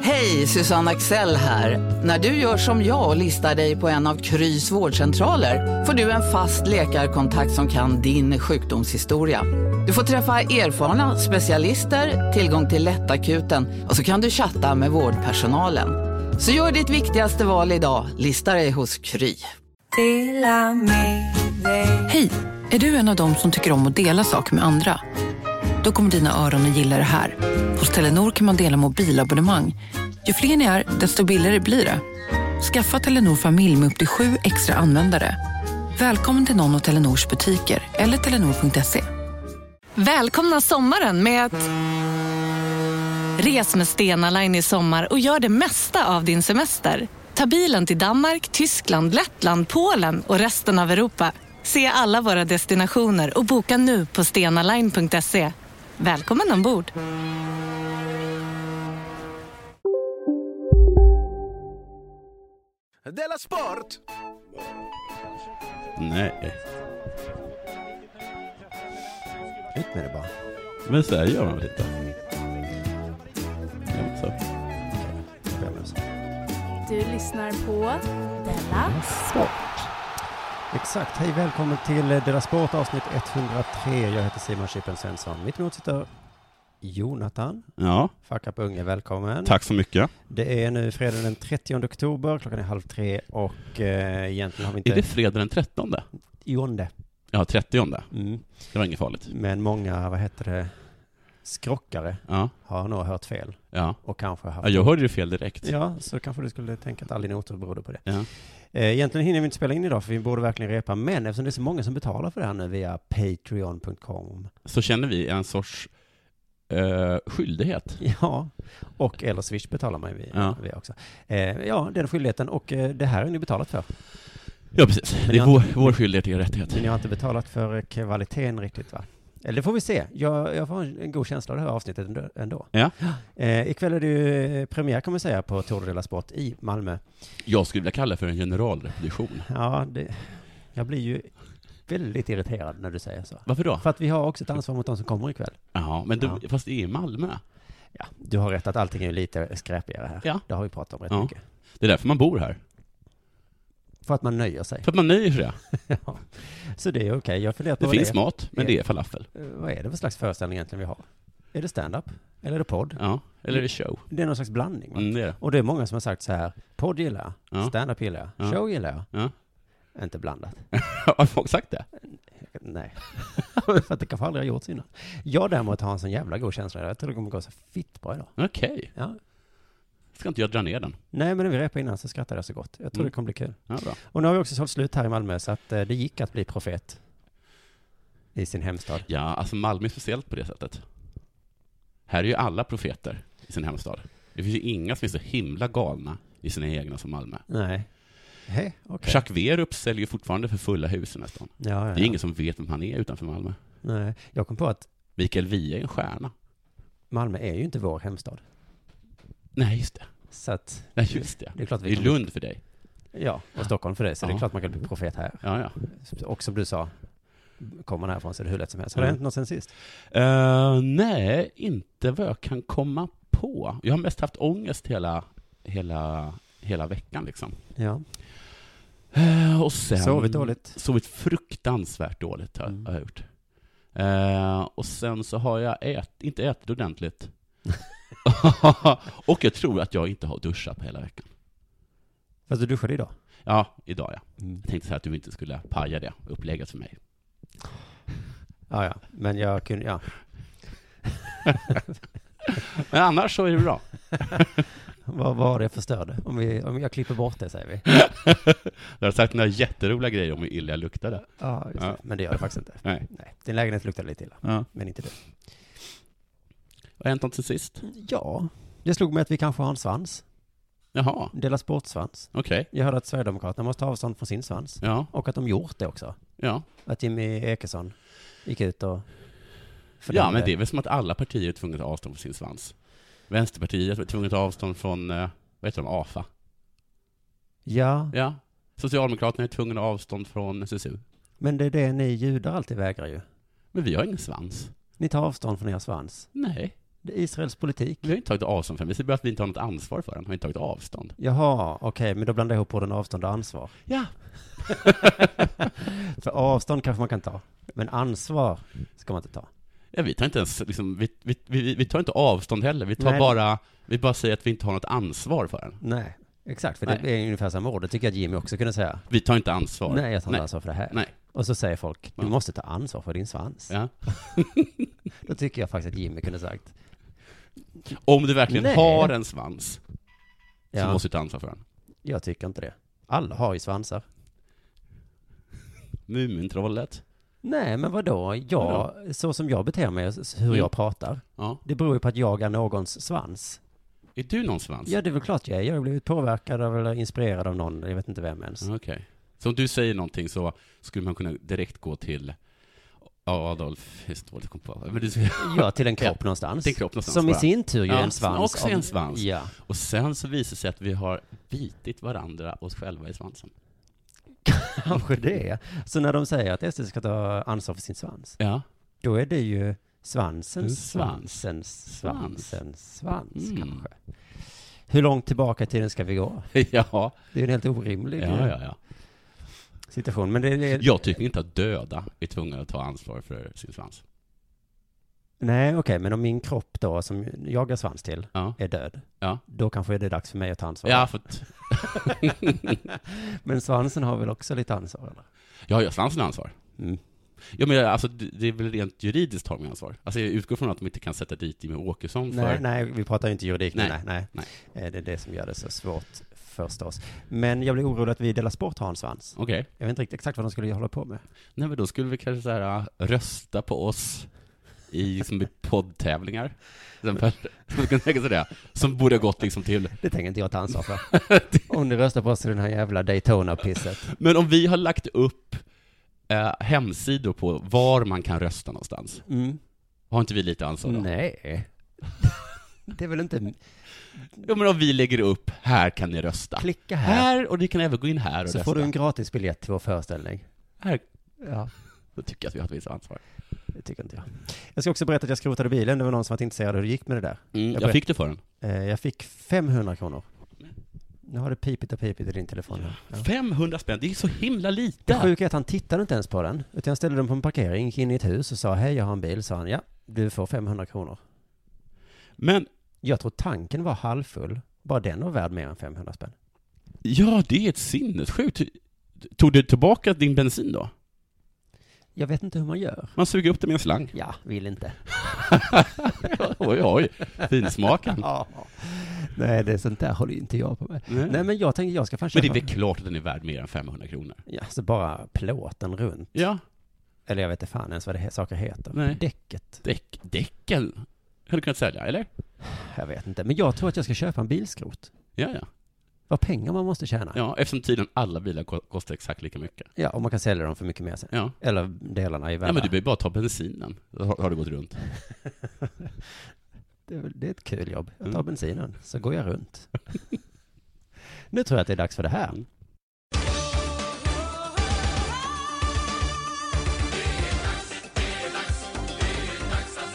Hej, Susanne Axel här. När du gör som jag och listar dig på en av Krys vårdcentraler får du en fast läkarkontakt som kan din sjukdomshistoria. Du får träffa erfarna specialister, tillgång till lättakuten och så kan du chatta med vårdpersonalen. Så gör ditt viktigaste val idag, listar dig hos Kry. Hej! Är du en av dem som tycker om att dela saker med andra? Då kommer dina öron att gilla det här. Hos Telenor kan man dela mobilabonnemang. Ju fler ni är, desto billigare blir det. Skaffa Telenor familj med upp till sju extra användare. Välkommen till någon av Telenors butiker eller telenor.se. Välkomna sommaren med att... Res med Stena Line i sommar och gör det mesta av din semester. Ta bilen till Danmark, Tyskland, Lettland, Polen och resten av Europa. Se alla våra destinationer och boka nu på stenaline.se. Välkommen ombord! Della Sport! Nej, Ut med det bara. men så här gör man väl inte? Ja, men så. Du lyssnar på Della Exakt. Hej, välkommen till eh, Della Sport avsnitt 103. Jag heter Simon Chippen Svensson. Mitt emot sitter Jonathan. Ja, Fuck up unge, välkommen. tack så mycket. Det är nu fredag den 30 oktober, klockan är halv tre och eh, egentligen har vi Är det inte... fredag den 13? Jonde. Ja, 30. Mm. Det var inget farligt. Men många, vad heter det, skrockare Ja, har nog hört fel ja. och kanske ja haft... jag hörde ju fel direkt. Ja, så kanske du skulle tänka att all din otur berodde på det. Ja. Eh, Egentligen hinner vi inte spela in idag för vi borde verkligen repa, men eftersom det är så många som betalar för det här nu via patreon.com, Så känner vi en sorts eh, skyldighet. ja, och eller swish betalar man ju via, Ja. via också. Eh, Ja, den skyldigheten och eh, det här har ni betalat för. Ja, precis. Det jag- är vår, vår skyldighet, er rättighet. Men ni har inte betalat för eh, kvaliteten riktigt va? Eller det får vi se. Jag, jag får en en god känsla av det här avsnittet ändå- ändå. Ja. Eh, ikväll är det ju eh, premiär kan man säga på Tour de la Sport i Malmö. Jag skulle vilja kalla det för en generalrepetition. Ja, det, jag blir ju väldigt irriterad när du säger så. Varför då? För att vi har också ett ansvar mot de som kommer ikväll. Ja, men du, Ja. fast det är i Malmö. Ja, du har rätt att allting är ju lite skräpigare här. Ja. Det har vi pratat om rätt Ja. mycket. Det är därför man bor här. För att man nöjer sig. För att man nöjer sig. Ja. Så det är okej. Jag funderar på Det vad finns det är. mat, men det är falafel. Eh, Vad är det för slags föreställning egentligen vi har? Är det stand-up? Eller är det podd? Ja, eller är det show? Det är någon slags blandning va? Mm, det är det. Och det är många som har sagt så här, podd gillar jag, Ja. stand-up gillar jag, Ja. show gillar jag. Ja. Inte blandat. Har folk sagt det? Nej. För att det kanske aldrig har gjorts innan. Jag däremot har en sån jävla god känsla. Jag tror det kommer gå så fitt bra idag. Okej. Ja. Ska inte jag dra ner den? Nej, men när vi repade innan så skrattade jag så gott. Jag tror Mm. det kommer bli kul. Ja, bra. Och nu har vi också sålt slut här i Malmö, så att eh, det gick att bli profet. I sin hemstad. Ja, alltså Malmö är speciellt på det sättet. Här är ju alla profeter i sin hemstad. Det finns ju inga som är så himla galna i sina egna som Malmö. Nej. Hej, okej. Jacques Werup säljer ju fortfarande för fulla hus i nästan. Ja, ja, Det är ja. ingen som vet vem han är utanför Malmö. Nej. Jag kom på att Mikael Wiehe är en stjärna. Malmö är ju inte vår hemstad. Nej, just det. Så att, Nej, just det. det är klart Det vi är kan, Lund för dig. Ja, och Stockholm för dig, så det är Ja. klart man kan bli profet här. Ja, ja. Och som du sa, kommer man härifrån så är det hur lätt som helst. Har det Mm. hänt något sen sist? Eh, nej, inte vad jag kan komma på. Jag har mest haft ångest hela, hela, hela veckan liksom. Ja. Eh, och sen... Sovit dåligt? Sovit fruktansvärt dåligt har, Mm. har jag gjort. Eh, och sen så har jag ät, inte ätit ordentligt. och jag tror att jag inte har duschat på hela veckan. Fast du duschade idag? Ja, idag ja. Mm. Jag tänkte så här att du inte skulle paja det upplägget för mig. Ja, ja, men jag kunde, ja. Men annars så är det bra. Vad var det jag förstörde? Om, vi, om jag klipper bort det säger vi. Jag har sagt några jätteroliga grejer om hur illa jag luktade. Ja, just det. Ja. Men det gör det faktiskt inte. Nej. Nej, din lägenhet luktade lite illa, Ja. men inte du. Vad har hänt något sen sist? Ja, det slog mig att vi kanske har en svans. Jaha, Dela sportsvans. okej. Jag hörde att Sverigedemokraterna måste ta avstånd från sin svans. Ja, Och att de gjort det också. ja. Att Jimmy Ekesson gick ut och... Ja, men det är väl som att alla partier är tvungna att ta avstånd från sin svans. Vänsterpartiet är tvungna att ta avstånd från, eh, vad heter de, AFA. Ja, Ja. Socialdemokraterna är tvungna att ta avstånd från SSU. men det är det ni judar alltid vägrar ju. Men vi har ingen svans. Ni tar avstånd från er svans. Nej. Det är Israels politik. Vi har inte tagit avstånd från den. Vi säger bara att vi inte har något ansvar för den. Har inte tagit avstånd. Jaha, okej, men då blandar jag ihop orden avstånd och ansvar. Ja. För avstånd kanske man kan ta, men ansvar ska man inte ta. ja vi tar inte ens, liksom, vi, vi, vi, vi tar inte avstånd heller. Vi tar Nej. bara, vi bara säger att vi inte har något ansvar för den. Nej, exakt, för det är ungefär samma ord. Det tycker jag att Jimmy också kunde säga. Vi tar inte ansvar. Nej, jag tar inte Nej. ansvar för det här. Nej. Och så säger folk, du Ja. måste ta ansvar för din svans. Ja. Då tycker jag faktiskt att Jimmy kunde sagt. Om du verkligen Nej. har en svans, så Ja, måste du ta ansvar för den. jag tycker inte det. Alla har ju svansar. Mumintrollet. Nej, men vadå? Jag, så som jag beter mig, s- hur Mm. jag pratar, Ja. det beror ju på att jag är någons svans. Är du någon svans? Ja, det är väl klart jag är. Jag har blivit påverkad av eller inspirerad av någon, jag vet inte vem ens. Okej. Så om du säger någonting så skulle man kunna direkt gå till Adolf, just dåligt kom på. Men du, Ja, till en kropp någonstans. Till en kropp någonstans Som i bara. sin tur ju Ja, är en svans. som också är av- en svans. Ja, och sen så visar det sig att vi har bitit varandra oss själva i svansen. kanske det. Så när de säger att SD ska ta ansvar för sin svans, Ja. då är det ju svansens En svans. svansens Svans. svansens svans Mm. kanske. Hur långt tillbaka i tiden ska vi gå? ja. Ja, Det är ju en helt orimlig ja, ja. situation. Men det är... Jag tycker inte att döda är tvungna att ta ansvar för sin svans. Nej, okej, men om min kropp då, som jag har svans till, Ja. är död, Ja. då kanske det är dags för mig att ta ansvar. Ja, för att, Men svansen har väl också lite ansvar? Eller? ja, ja, svansen har ansvar. Mm. Ja, men alltså, det det är väl rent juridiskt har de ansvar. Alltså, jag utgår från att de inte kan sätta dit Jimmie Åkesson för... Nej, nej, vi pratar ju inte juridik. Nej. Nej, Nej, nej. Eh, Det är det som gör det så svårt förstås. Men jag blir orolig att vi delar sport har en svans. Okej. Jag vet inte riktigt exakt vad de skulle hålla på med. Nej, men då skulle vi kanske så här, äh, rösta på oss i liksom, i poddtävlingar. Till exempel. Man kan tänka sig det. Som borde ha gått liksom till... Det tänker inte jag ta ansvar för. Om ni röstar på oss i den här jävla Daytona-pisset. Men om vi har lagt upp eh, hemsidor på var man kan rösta någonstans, Mm. har inte vi lite ansvar då? Nej. Det är väl inte... Ja, men om vi lägger upp, här kan ni rösta. Klicka här, Här, och ni kan även gå in här och så rösta. får du en gratis biljett till vår föreställning. Här, Ja, då tycker jag att vi har ett visst ansvar. det tycker inte jag. Jag ska också berätta att jag skrotade bilen. Det var någon som var intresserad av hur det gick med det där. Mm, Jag jag, ber- fick det för den. Eh, Jag fick 500 kronor. Nu har det pipit och pipit i din telefon. här. Ja. 500 spänn, det är så himla Det lite. sjuka är att han tittade inte ens på den, utan jag ställde den på en parkering, gick in i ett hus och sa hej jag har en bil, sa han ja, du får 500 kronor. Men, Jag tror tanken var halvfull, bara den var värd mer än 500 spänn. ja, det är ett sinnessjukt. Tog du tillbaka din bensin då? Jag vet inte hur man gör. Man suger upp det med en slang. Ja, vill inte. oj, oj. Finsmaken. Ja. Nej, det är sånt där håller ju inte jag på med. Nej. Nej, men jag tänker jag ska fan Men köpa. det är väl klart att den är värd mer än 500 kronor? Ja, så bara plåten runt. Ja. Eller jag vet inte fan ens vad det he- saker heter. Nej. Däcket. Däck, däcken hade du kunnat sälja, eller? Jag vet inte. Men jag tror att jag ska köpa en bilskrot. Ja, ja. Vad pengar man måste tjäna. ja eftersom tiden alla bilar ko- kostar exakt lika mycket. Ja, och man kan sälja dem för mycket mer sen. Ja. Eller delarna i Nej, men världen. du behöver bara ta bensinen. Då Har, har du gått runt? Det är, väl- det är ett kul jobb. Jag tar Mm. bensinen, så går jag runt. nu tror jag att det är dags för det här. Mm.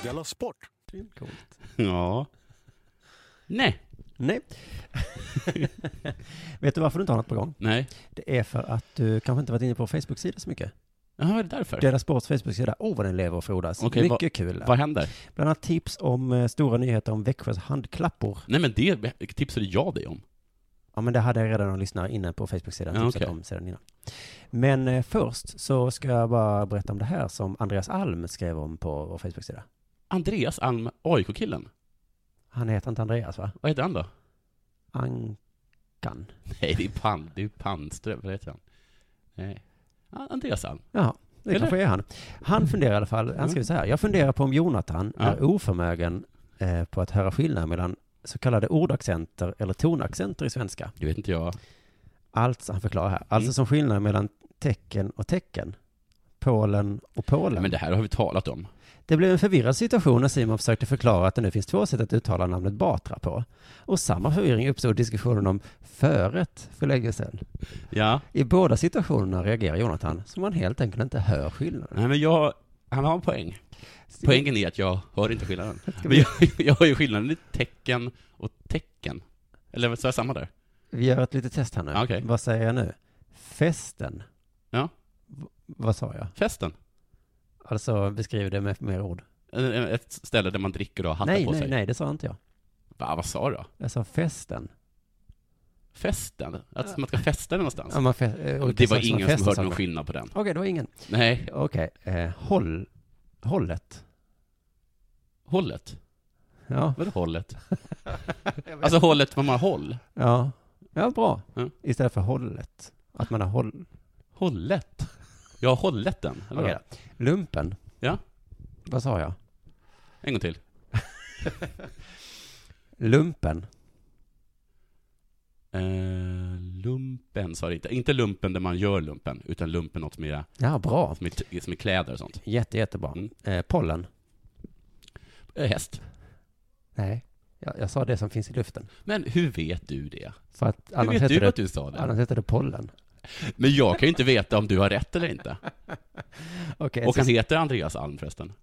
Della Sport! Ja. Nej. Nej. Vet du varför du inte har något på gång? Nej. Det är för att du kanske inte varit inne på Facebook-sida så mycket. Jaha, är det därför? Dela Sports Facebook-sida, åh vad den lever och frodas. Okej, mycket kul. Vad händer? Bland annat tips om eh, stora nyheter om Växjös handklappor. Nej, men det tipsade jag dig om. Ja, men det hade jag redan någon lyssnare inne på Facebook-sidan typ, Ja, tipsat okej. om sedan innan. Men eh, först så ska jag bara berätta om det här som Andreas Alm skrev om på vår Facebook-sida. Andreas Alm, AIK-killen. Han heter inte Andreas va? Vad heter han då? Ankan. Nej, det är Pan, det är Panström. Vad heter han? Nej. Ja, Andreas Alm. Ja, det Eller? kanske är han. Han funderar i alla fall, han Mm. skriver så här, jag funderar på om Jonathan Ja. är oförmögen eh, på att höra skillnad mellan så kallade ordaccenter eller tonaccenter i svenska. Det vet inte jag. Alltså, han förklarar här, alltså Mm. som skillnad mellan tecken och tecken. Polen och Polen. Men det här har vi talat om. Det blev en förvirrad situation när Simon försökte förklara att det nu finns två sätt att uttala namnet Batra på. Och samma förvirring uppstod i diskussionen om föret för länge sedan. Ja. I båda situationerna reagerar Jonathan som han helt enkelt inte hör skillnaden. Nej, men jag han har en poäng. Poängen är att jag hör inte skillnaden. Men jag, jag hör ju skillnaden i tecken och tecken. Eller så är samma där? Vi gör ett litet test här nu. Okej. Vad säger jag nu? Festen. Ja. V- vad sa jag? Festen. Alltså, beskriv det med mer ord. Eh, eh, Ett ställe där man dricker och har hattar Nej, på nej, sig. nej, det sa inte jag. Va, vad sa du då? Jag sa festen. Festen? Att man ska festa någonstans? Ja, man fe- eh, olika Alltså, det var sorters ingen fester som hörde sa någon jag. skillnad på den. Okej, det var ingen. Nej, Okej, eh, håll, hållet. hållet. Ja, Vadå hållet? alltså hållet, vad man har håll. ja, ja, bra. Ja. Istället för hållet. Att man har håll. Hållet? Jag har hållet den. Eller Okej vadå? då. Lumpen. Ja. Vad sa jag? En gång till. Lumpen. Eh, lumpen sa det inte. Inte lumpen där man gör lumpen, utan lumpen något som är, Ja, bra. som är, t- som är kläder och sånt. Jätte, jättebra. Mm. Eh, pollen. Eh, häst. Nej, jag, jag sa det som finns i luften. Men hur vet du det? För att Hur annars vet heter du det, att du sa det? annars heter det pollen. Men jag kan ju inte veta om du har rätt eller inte. Okej, Och han heter Andreas Alm förresten.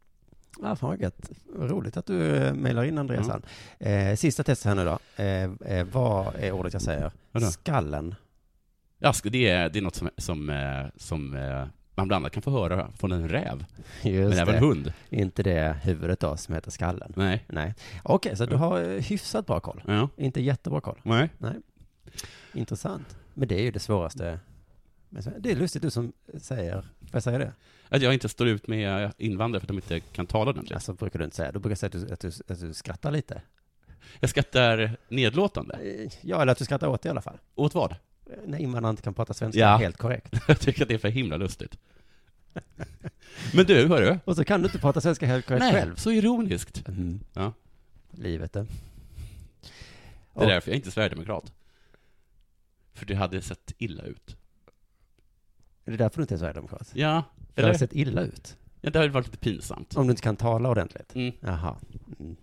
Ja, fan vad gött. Vad Roligt att du eh, mejlar in Andreas Mm. här. Eh, sista testet här nu då. Eh, eh, vad är ordet jag säger? Vadå? Skallen. Ja, ska- det är, det är något som, som, eh, som eh, man bland annat kan få höra från en räv, Just men även det. hund. Inte det huvudet då som heter skallen. Nej. Nej. Okej, så du har eh, hyfsat bra koll. Ja. Inte jättebra koll. Nej. Intressant. Men det är ju det svåraste. Men så- Det är lustigt du som säger, får jag säga det? Att jag inte står ut med invandrare för att de inte kan tala ordentligt. Alltså brukar du inte säga, då brukar jag säga att du, att du, att du skrattar lite. Jag skrattar nedlåtande. Eh, Ja, eller att du skrattar åt det i alla fall. Åt vad? Eh, När invandrare inte kan prata svenska Ja. helt korrekt. Jag tycker att det är för himla lustigt. Men du, hörru. Och så kan du inte prata svenska helt korrekt Nej, själv. så ironiskt. Mm. Ja. Livet eh. det. Det är Och- därför jag är inte är sverigedemokrat. För det hade sett illa ut. Det är därför du inte är sverigedemokrat. Ja, För det har eller? sett illa ut. Ja, det hade varit lite pinsamt. Om du inte kan tala ordentligt. Mm. Jaha. Mm.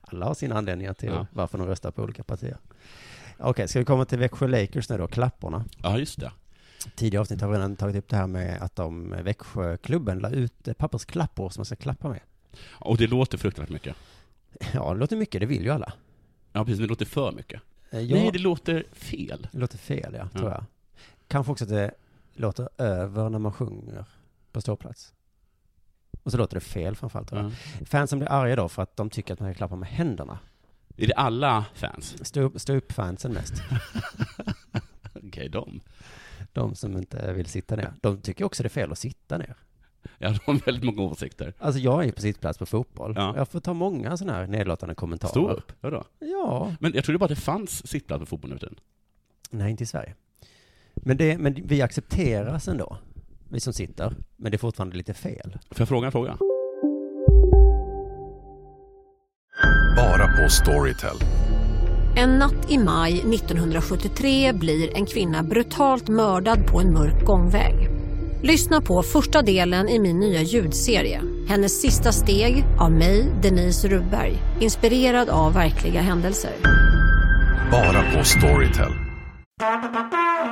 Alla har sina anledningar till Ja. varför de röstar på olika partier. Okej, ska vi komma till Växjö Lakers nu då, klapporna. Ja, just det. Tidigare avsnitt har vi redan tagit upp det här med att de, Växjöklubben la ut eh, pappersklappor som man ska klappa med. Och det låter fruktansvärt mycket. Ja, det låter mycket, det vill ju alla. Ja, precis. Men det låter för mycket. Eh, Jag, Nej, det låter fel. det låter fel, ja, tror Ja. jag. Kanske också att det låter över när man sjunger på ståplats. Och så låter det fel framförallt, tror jag. Ja. Fansen blir arga då för att de tycker att man ska klappa med händerna. Är det alla fans? Stå upp, stå upp fansen mest. Okej, de. De som inte vill sitta ner. De tycker också det är fel att sitta ner. Ja, de har väldigt många åsikter. Alltså jag är ju på sittplats på fotboll. Ja. Jag får ta många sådana här nedlåtande kommentarer. Stå upp. Vadå? Ja. Men jag trodde bara att det fanns sittplats på fotboll nu för tiden. Nej, inte i Sverige. Men, det, men vi accepteras ändå. Vi som sitter. Men det är fortfarande lite fel. Får jag fråga en fråga? Bara på Storytel. En natt i maj 1973 blir en kvinna brutalt mördad på en mörk gångväg. Lyssna på första delen i min nya ljudserie. Hennes sista steg av mig, Denise Rubberg. Inspirerad av verkliga händelser. Bara på Storytel.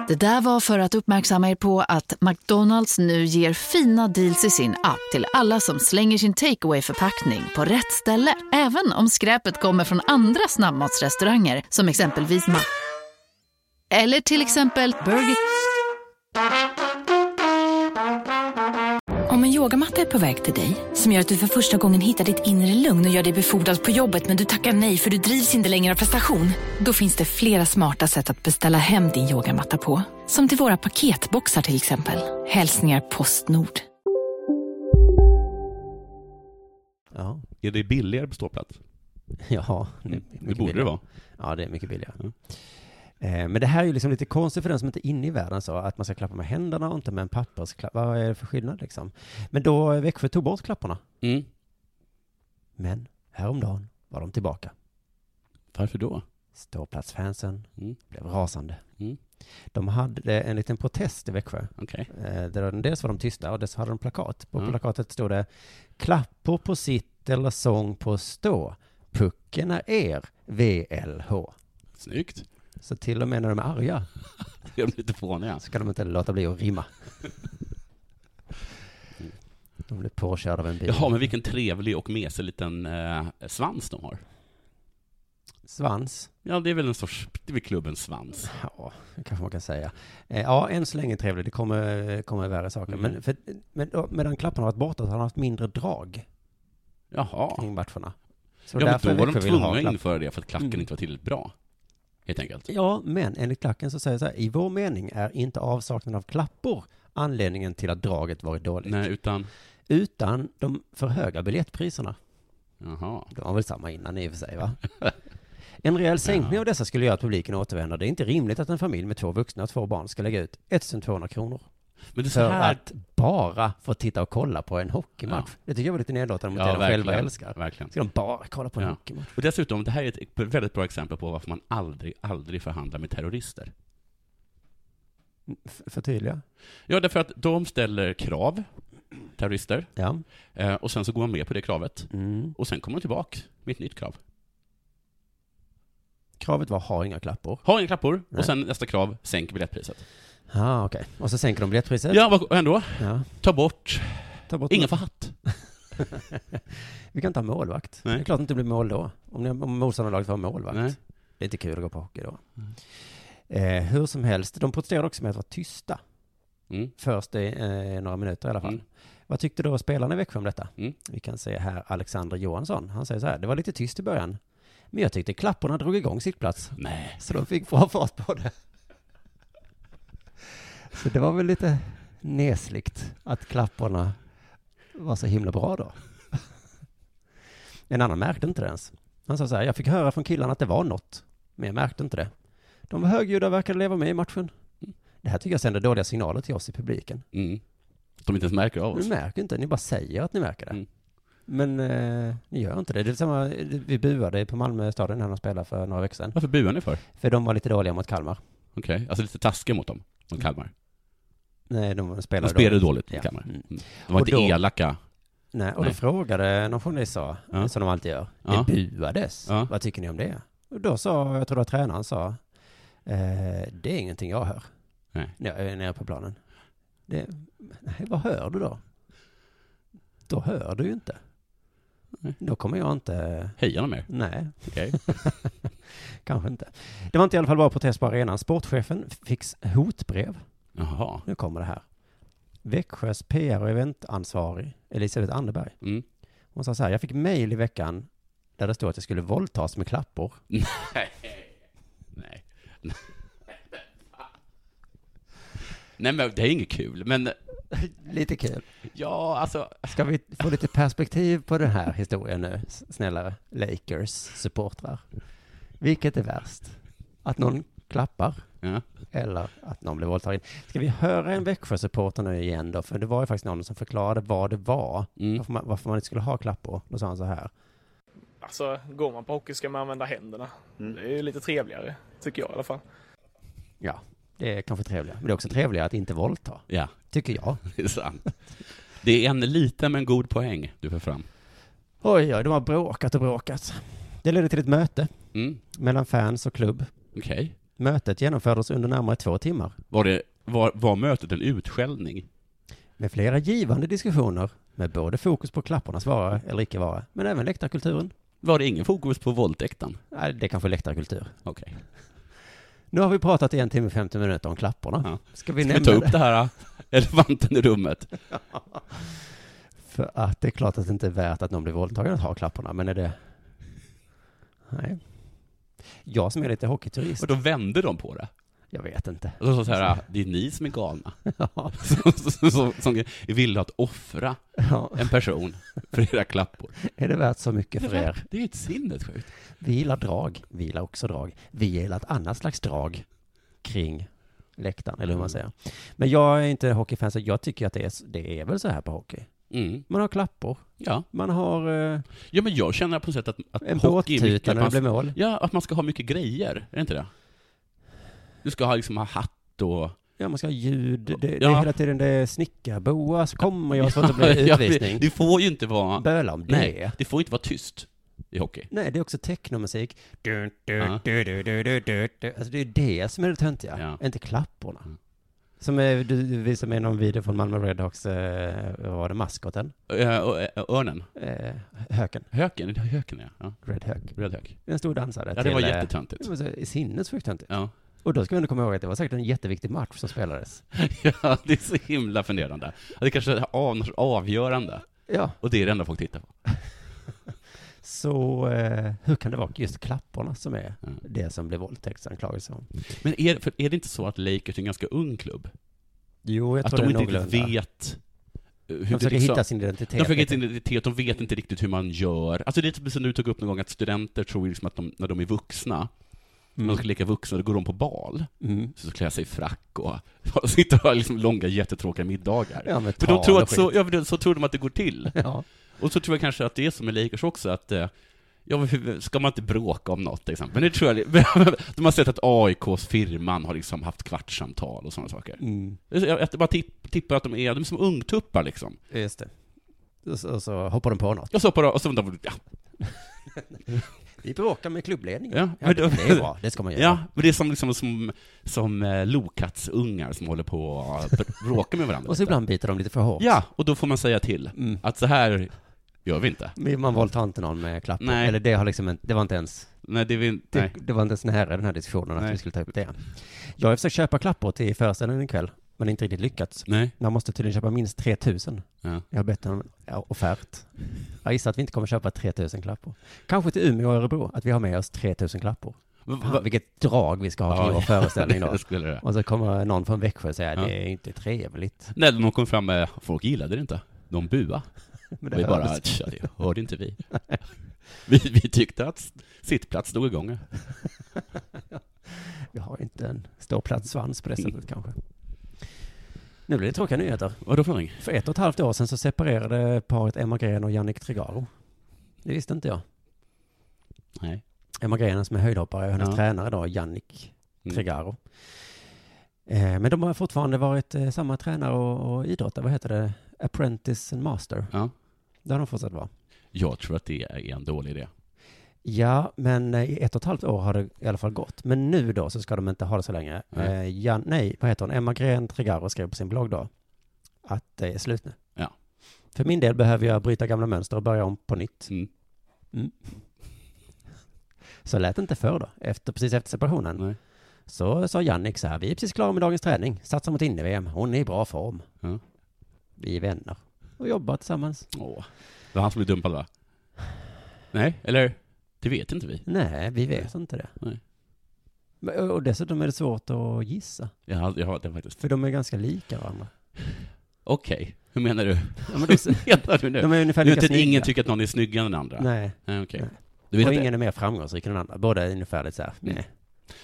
Det där var för att uppmärksamma er på att McDonalds nu ger fina deals i sin app till alla som slänger sin takeaway förpackning på rätt ställe. Även om skräpet kommer från andra snabbmatsrestauranger som exempelvis Ma... Eller till exempel Burger... Om en yogamatta är på väg till dig, som gör att du för första gången hittar ditt inre lugn och gör dig befordrad på jobbet men du tackar nej för du drivs inte längre av prestation. Då finns det flera smarta sätt att beställa hem din yogamatta på. Som till våra paketboxar till exempel. Hälsningar Postnord. Ja. Är det billigare på ståplats? Ja. Mm. Det mycket borde det billigare. vara. Ja, det är mycket billigare. Mm. Eh, Men det här är ju liksom lite konstigt för den som inte är inne i världen så, att man ska klappa med händerna och inte med en pappersklapp. Vad är det för skillnad liksom? Men då eh, Växjö tog bort klapparna. Mm. Men häromdagen var de tillbaka. Varför då? Ståplatsfansen Mm. blev rasande. Mm. De hade en liten protest i Växjö. Okej. Eh, där de- Dels var de tysta och dels hade de plakat. På Mm. plakatet stod det Klappor på sitt eller sång på stå. Pucken är er, VLH. Snyggt. Så till och med när de är arga Jag blir lite fåniga. så kan de inte låta bli att rimma. De blev påkörda av en bil. Jaha, men vilken trevlig och mesig liten eh, svans de har. Svans? Ja, det är väl en sorts, det är väl klubbens svans. Ja, det kanske man kan säga. Eh, ja, än så länge trevlig. Det kommer, kommer värre saker. Mm. Men för, men, då- medan klapparna har varit borta så har han haft mindre drag Jaha. kring matcherna. Så ja, därför men då var de Växjö vill ha tvungna att klapp- införa det för att klacken Mm. inte var tillräckligt bra. Helt enkelt. Ja, men enligt klacken så säger det så här, i vår mening är inte avsaknaden av klappor anledningen till att draget varit dåligt, Nej, utan, utan de för höga biljettpriserna. jaha. De var väl samma innan i och för sig, va? En rejäl sänkning av dessa skulle göra att publiken återvänder. Det är inte rimligt att en familj med två vuxna och två barn ska lägga ut 1200 kronor Men det är så för här... att bara få titta och kolla på en hockeymatch. Det tycker jag var lite nedlåtande mot det de själva älskar. Verkligen. Ska de bara kolla på en Ja. hockeymatch? Och dessutom, det här är ett väldigt bra exempel på varför man aldrig, aldrig förhandlar med terrorister. F- Förtydliga. Ja, därför att de ställer krav, terrorister, Ja. eh, och sen så går man med på det kravet. Mm. Och sen kommer de tillbaka med ett nytt krav. Kravet var ha inga klappor. Ha inga klappor, Nej. och sen nästa krav, sänk biljettpriset. Ja, okej. Och så sänker de biljettpriset. Ja, vad- och ändå, Ja. ta bort, Ta bort ingen får hatt. Vi kan inte ha målvakt. Nej. Det är klart det inte blir mål då. Om, ni- om motståndarlaget har målvakt. Nej. Det är inte kul att gå på hockey då. Eh, hur som helst, de protesterade också med att vara tysta. Mm. Först i eh, några minuter i alla fall. Mm. Vad tyckte då spelarna i Växjö om detta? Mm. Vi kan se här Alexander Johansson. Han säger så här, det var lite tyst i början. Men jag tyckte klapporna drog igång sitt plats. Nej. Så de fick bra fart på det. Så det var väl lite nesligt att klapporna var så himla bra då. En annan märkte inte det ens. Han sa så här, jag fick höra från killarna att det var något, men jag märkte inte det. De var högljudda och verkade leva med i matchen. Det här tycker jag sänder dåliga signaler till oss i publiken. Mm. De inte ens märker av Ni oss. märker inte, ni bara säger att ni märker det. Mm. Men eh, ni gör inte det. Det är samma, vi buade på Malmö stadion när de spelade för några veckor sedan. Varför buar ni för? För de var lite dåliga mot Kalmar. Okej, alltså lite taskiga mot dem, mot Kalmar. Nej, de De spelade spelade dåligt Ja. mot Kalmar. Mm. Mm. De var Och inte då- elaka. Nej, och Nej. då frågade någon journalist sa, Ja. som de alltid gör, Ja. det buades. Ja. Vad tycker ni om det? Och då sa, jag tror det var tränaren sa, eh, det är ingenting jag hör. Nej. Nere, nere på planen. Det, nej, vad hör du då? Då hör du ju inte. Nej. Då kommer jag inte, Heja dem mer. nej, Okej. kanske inte. Det var inte i alla fall bara protest på arenan. Sportchefen fick hotbrev. Jaha. Nu kommer det här. Växjös PR och eventansvarig, Elisabeth Anderberg. Mm. Hon sa så här, jag fick mejl i veckan där det stod att jag skulle våldtas med klappor. Nej. Nej men det är inget kul, men Lite kul. ja, alltså, Ska vi få lite perspektiv på den här historien nu, s- snälla Lakers-supportrar? Vilket är värst? Att någon klappar ja. eller att någon blir våldtagen? Ska vi höra en Växjö-supporter nu igen då? För det var ju faktiskt någon som förklarade vad det var, Mm. varför, man, varför man inte skulle ha klappor. Då sa han så här. Alltså, går man på hockey ska man använda händerna. Mm. Det är ju lite trevligare, tycker jag i alla fall. Ja, det är kanske trevligare. Men det är också trevligare att inte våldta, ja, tycker jag. det är sant. Det är en liten men god poäng du för fram. Oj, oj, de har bråkat och bråkat. Det ledde till ett möte Mm. mellan fans och klubb. Okej. Mötet genomfördes under närmare två timmar Var, det, var, var mötet en utskällning? med flera givande diskussioner med både fokus på klappornas vara eller icke vara, men även läktarkulturen. Var det ingen fokus på våldtäkten? Nej, det är kanske är läktarkultur. Okej. Nu har vi pratat i en timme och 50 minuter om klapporna. Ja. Ska vi Ska vi nämna ta upp det det? här äh, elefanten i rummet? För att det är klart att det inte är värt att någon blir våldtagen att ha klapporna, men är det... Nej. Jag som är lite hockeyturist, Och då vände de på det. jag vet inte. Och de sa så här, det är ni som är galna. Ja, Som, som, som, som vill att offra ja. en person för era klappor. Är det värt så mycket för er? Det är ju ett sinnessjukt. Vi gillar drag, vi gillar också drag. Vi gillar ett annat slags drag kring läktaren, eller hur Mm. man säger. Men jag är inte hockeyfan, så jag tycker att det är, det är väl så här på hockey. Mm. Man har klappor, Ja. man har eh, ja, men jag känner på något sätt att, att en hockey är mycket båttuta att när det man, blir mål. Ja, att man ska ha mycket grejer, är det inte det? Du ska ha, liksom, ha hatt och... Ja, man ska ha ljud. Det, det Ja. är hela tiden det är snickarboa, så kommer jag så att det blir utvisning. det får ju inte vara... Böla om det. Nej, det får inte vara tyst i hockey. Nej, det är också technomusik. Du, du, Ja. du, du, du, du, du, du. Alltså det är det som är det töntiga, Ja. inte klapporna. Mm. Som är, du du visade mig någon video från Malmö Redhawks, eh, vad var det, maskoten? Eh, Ö, ö, ö, örnen? höken. Höken, det är höken ja. ja. Red hök. Red hök. En stor dansare. Ja, det var till, eh, jättetöntigt. det var så- Sinnessjukt töntigt. Ja. Och då ska vi ändå komma ihåg att det var säkert en jätteviktig match som spelades. ja, det är så himla funderande. Det kanske är av, något avgörande. Ja. Och det är det enda folk tittar på. Så eh, hur kan det vara just klapporna som är Mm. det som blev våldtäktsanklagelse om? Men är, för är det inte så att Lakers är en ganska ung klubb? Jo, jag att tror de det är inte riktigt någorlunda. vet hur De försöker hitta sin identitet De försöker hitta lite. sin identitet, de vet inte riktigt hur man gör. Alltså det är lite som du tog upp någon gång, att studenter tror ju liksom att de, när de är vuxna, när de ska leka vuxna, då går de på bal. Mm. Så klär sig i frack och, och sitter och har liksom långa jättetråkiga middagar. Ja, med för de tal tror och att så, skit. ja, för så tror de att det går till. Ja. Och så tror jag kanske att det är som med Lakers också, att eh, Ja, men hur- ska man inte bråka om något till exempel? Men det tror jag, de har sett att AIKs firman har liksom haft kvartssamtal och sådana saker. Mm. Jag, jag bara tipp, tippar att de är, de är som ungtuppar liksom. Just det. Och så, och så hoppar de på något. Och så på och så, de, ja, Vi bråkar med klubbledningen. ja, Ja, men det, då- det är bra, det ska man göra. Ja, men det är som, liksom, som, som eh, lokattsungar som håller på och bråkar med varandra Och så lite. ibland biter de lite för hårt. Ja, och då får man säga till. Mm. Att så här gör vi inte. Men Man våldtar inte någon med klappen. Nej. Eller det, har liksom inte, det var inte ens... Nej, det är vi inte. Det, Nej. det var inte ens nära den här diskussionen att Nej. vi skulle ta upp det. Jag har försökt köpa klappor till föreställningen ikväll, men inte riktigt lyckats. Nej. Man måste tydligen köpa minst 3000. Ja. Jag har bett om ja, offert. Jag gissar att vi inte kommer köpa 3000 klappor. Kanske till Umeå och Örebro, att vi har med oss 3000 klappor. Men Fan, vad- vilket drag vi ska ha till Ja, vår föreställning då. det skulle det. Och så kommer någon från Växjö och säger, Ja. det är inte trevligt. Nej, de kom fram med, folk gillade det inte. De bua. Men det vi bara, hördes. tja, det hörde inte vi. vi. Vi tyckte att sittplats stod igång. Vi har inte en ståplatssvans på det sättet kanske. Nu blir det tråkiga nyheter. Vadå för någonting? För ett och ett halvt år sedan så separerade paret Emma Gren och Jannik Tregaro. Det visste inte jag. Nej. Emma Gren som är höjdhoppare och hennes Ja. tränare då, Jannik Mm. Tregaro. Eh, men de har fortfarande varit eh, samma tränare och, och idrottare. Vad heter det? Apprentice and master. Ja. Det har de fortsatt vara. Jag tror att det är en dålig idé. Ja, men eh, i ett och ett halvt år har det i alla fall gått. Men nu då så ska de inte ha det så länge. Nej. Eh, Jan, nej, vad heter hon? Emma Gren Tregaro skrev på sin blogg då att det är slut nu. Ja. För min del behöver jag bryta gamla mönster och börja om på nytt. Mm. Mm. Så lät det inte förr då, efter, precis efter separationen. Nej. Så sa Jannik så här, vi är precis klara med dagens träning, satsar mot inne-VM, hon är i bra form. Ja. Vi är vänner och jobbar tillsammans. Åh. Det var han som blev dumpad, va? Nej, eller? Det vet inte vi. Nej, vi vet inte det. Nej. Men- Och och dessutom är det svårt att gissa. Jag har, jag har det faktiskt. För de är ganska lika varandra. Okej, hur menar du? Ja, men de, Hur menar du nu? de är ungefär du lika vet att snygga. ingen tycker att någon är snyggare än den andra? Nej. Nej, okej. Nej. Du vet, Mm. och att, ingen är mer framgångsrik än den andra. Båda är ungefär lite så här, nej.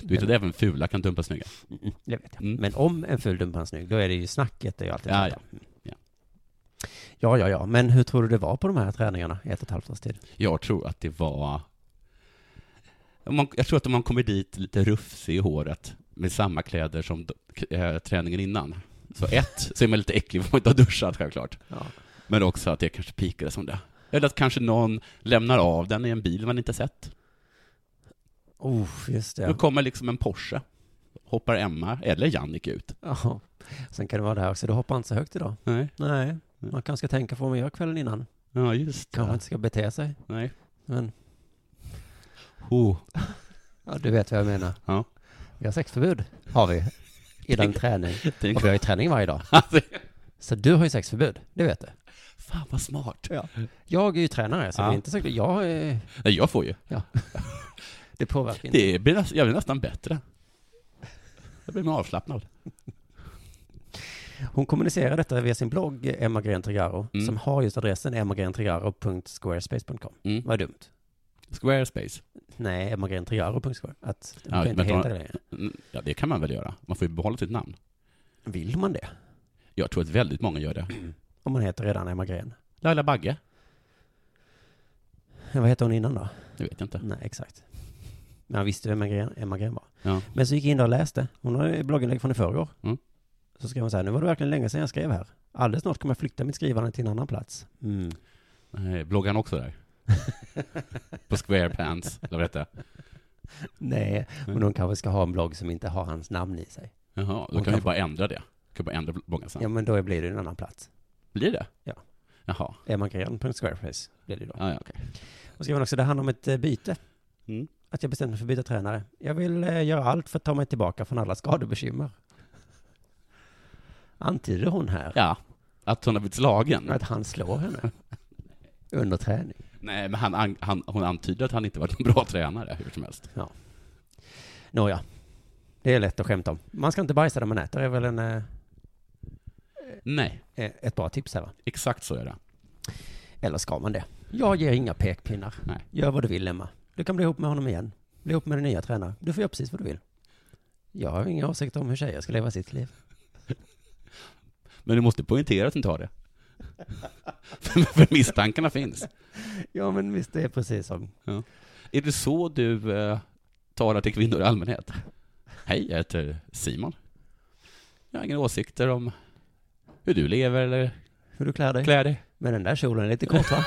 du vet att även fula kan dumpa snygga? Mm, Det vet jag. Mm. Men om en ful dumpar en snygg, då är det ju snacket det är ju alltid Ja, pratar om. Mm. ja, ja, ja. Men hur tror du det var på de här träningarna i ett och ett halvt års tid? Jag tror att det var... om man- Jag tror att om man kommer dit lite rufsig i håret med samma kläder som d- k- eh, träningen innan. Så ett, så är man lite äcklig för man inte har duschat självklart. Ja. Men också att det kanske pikade som det. Eller att kanske någon lämnar av den i en bil man inte sett. Oh, just Då det. kommer liksom en Porsche. Hoppar Emma, eller Jannik ut. Ja. Sen kan det vara det här också, du hoppar inte så högt idag. Nej. Nej, man kanske ska tänka på vad man gör kvällen innan. Ja, just det. Kanske inte ska bete sig. Nej. Men Oh. ja, du vet vad jag menar. Ja. Vi har sexförbud, har vi, i den träning. Tänk, Och vi har ju träning varje dag. Alltså, Så du har ju sexförbud, det vet du. fan vad smart. Jag är ju tränare, så Ja. det är inte så jag är, Nej, jag får ju. Det påverkar inte. Det blir, näs- jag blir nästan bättre. Jag blir mer avslappnad. Hon kommunicerar detta via sin blogg eh, Emma Gren Tregaro, Mm. som har just adressen emmagrentrigaro.squarespace.com. Mm. Vad dumt. Squarespace. Nej, emmagrentrigaro.square. Att hon Ja, kan inte vänta, heta det längre. Mm, Ja, det kan man väl göra. Man får ju behålla sitt namn. Vill man det? Jag tror att väldigt många gör det. Om man heter redan Emma Gren. Laila Bagge? Ja, Vad hette hon innan då? Det vet jag inte. Nej, exakt. Men jag visste vem Emma Gren, Emma Gren var. Ja. Men så gick jag in där och läste. Hon har ett blogginlägg från i förrgår. Mm. Så skrev hon så här, nu var det verkligen länge sedan jag skrev här. Alldeles snart kommer jag flytta mitt skrivande till en annan plats. Mm. Nej, Eh, Bloggar han också där? På Squarepants, eller vad det heter. Mm. Nej, men hon kanske ska ha en blogg som inte har hans namn i sig. Jaha, då Hon kan vi kan- bara ändra det. Kan bara ändra bloggen sen. Ja, men då blir det en annan plats. Blir det? Ja. Jaha. Emagrén.squareface blir det då. Ja, ja, okej. Och skriver man också, det handlar om ett eh, byte. Mm. Att jag bestämde mig för att byta tränare. Jag vill eh, göra allt för att ta mig tillbaka från alla skadebekymmer. Antyder hon här Ja, att hon har blivit slagen. att han slår henne under träning? Nej, men han, an- han, hon antyder att han inte varit en bra tränare, hur som helst. Ja. Nåja, det är lätt att skämta om. Man ska inte bajsa när man äter, är väl en, eh, Nej, eh, ett bra tips här va? exakt så är det. Eller ska man det? Jag ger inga pekpinnar. Nej. Gör vad du vill, Emma. Du kan bli ihop med honom igen. Bli ihop med den nya tränaren. Du får göra precis vad du vill. Jag har inga åsikter om hur tjejer ska leva sitt liv. Men du måste poängtera att du inte har det. För misstankarna finns. Ja, men visst, det är precis som... Ja. Är det så du eh, talar till kvinnor i allmänhet? Hej, jag heter Simon. Jag har inga åsikter om hur du lever eller Hur du klär dig. klär dig. Men den där kjolen är lite kort, va?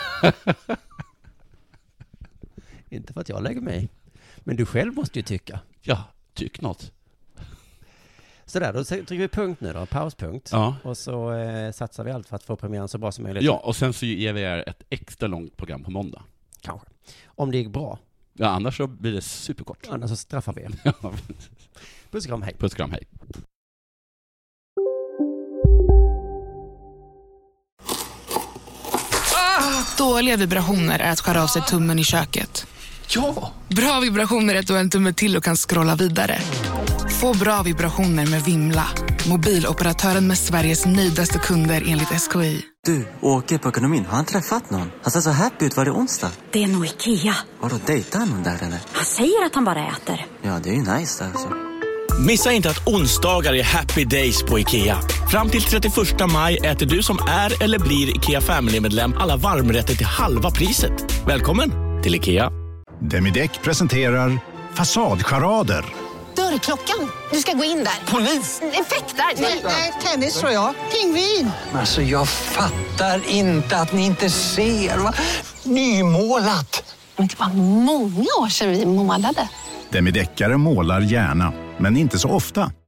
Inte för att jag lägger mig i. Men du själv måste ju tycka. Ja, tyck något. Sådär, då trycker vi punkt nu då, pauspunkt. Ja. Och så eh, satsar vi allt för att få premiären så bra som möjligt. ja, och sen så ger vi er ett extra långt program på måndag. Kanske. Om det gick bra, Ja, annars så blir det superkort. annars så straffar vi er. Ja. Puss och kram, hej. Puss och kram, hej. Dåliga vibrationer är att skära av sig tummen i köket. Ja! Bra vibrationer är att du har en tumme till och kan scrolla vidare. Få bra vibrationer med Vimla. Mobiloperatören med Sveriges nöjdaste kunder enligt SKI. Du, åker på ekonomin. Har han träffat någon? Han ser så happy ut. Var det onsdag? Det är nog Ikea. Vadå, dejtar han någon där eller? Han säger att han bara äter. Ja, det är ju nice alltså. Missa inte att onsdagar är happy days på IKEA. Fram till 31 maj äter du som är eller blir IKEA Family-medlem alla varmrätter till halva priset. Välkommen till IKEA. Demideck presenterar Fasadcharader. Dörrklockan. Du ska gå in där. Polis? Effektar? Nej, tennis tror jag. Pingvin. Alltså jag fattar inte att ni inte ser. Va? Nymålat! Men typ, det var många år sedan vi målade. Demideckare målar gärna, men inte så ofta.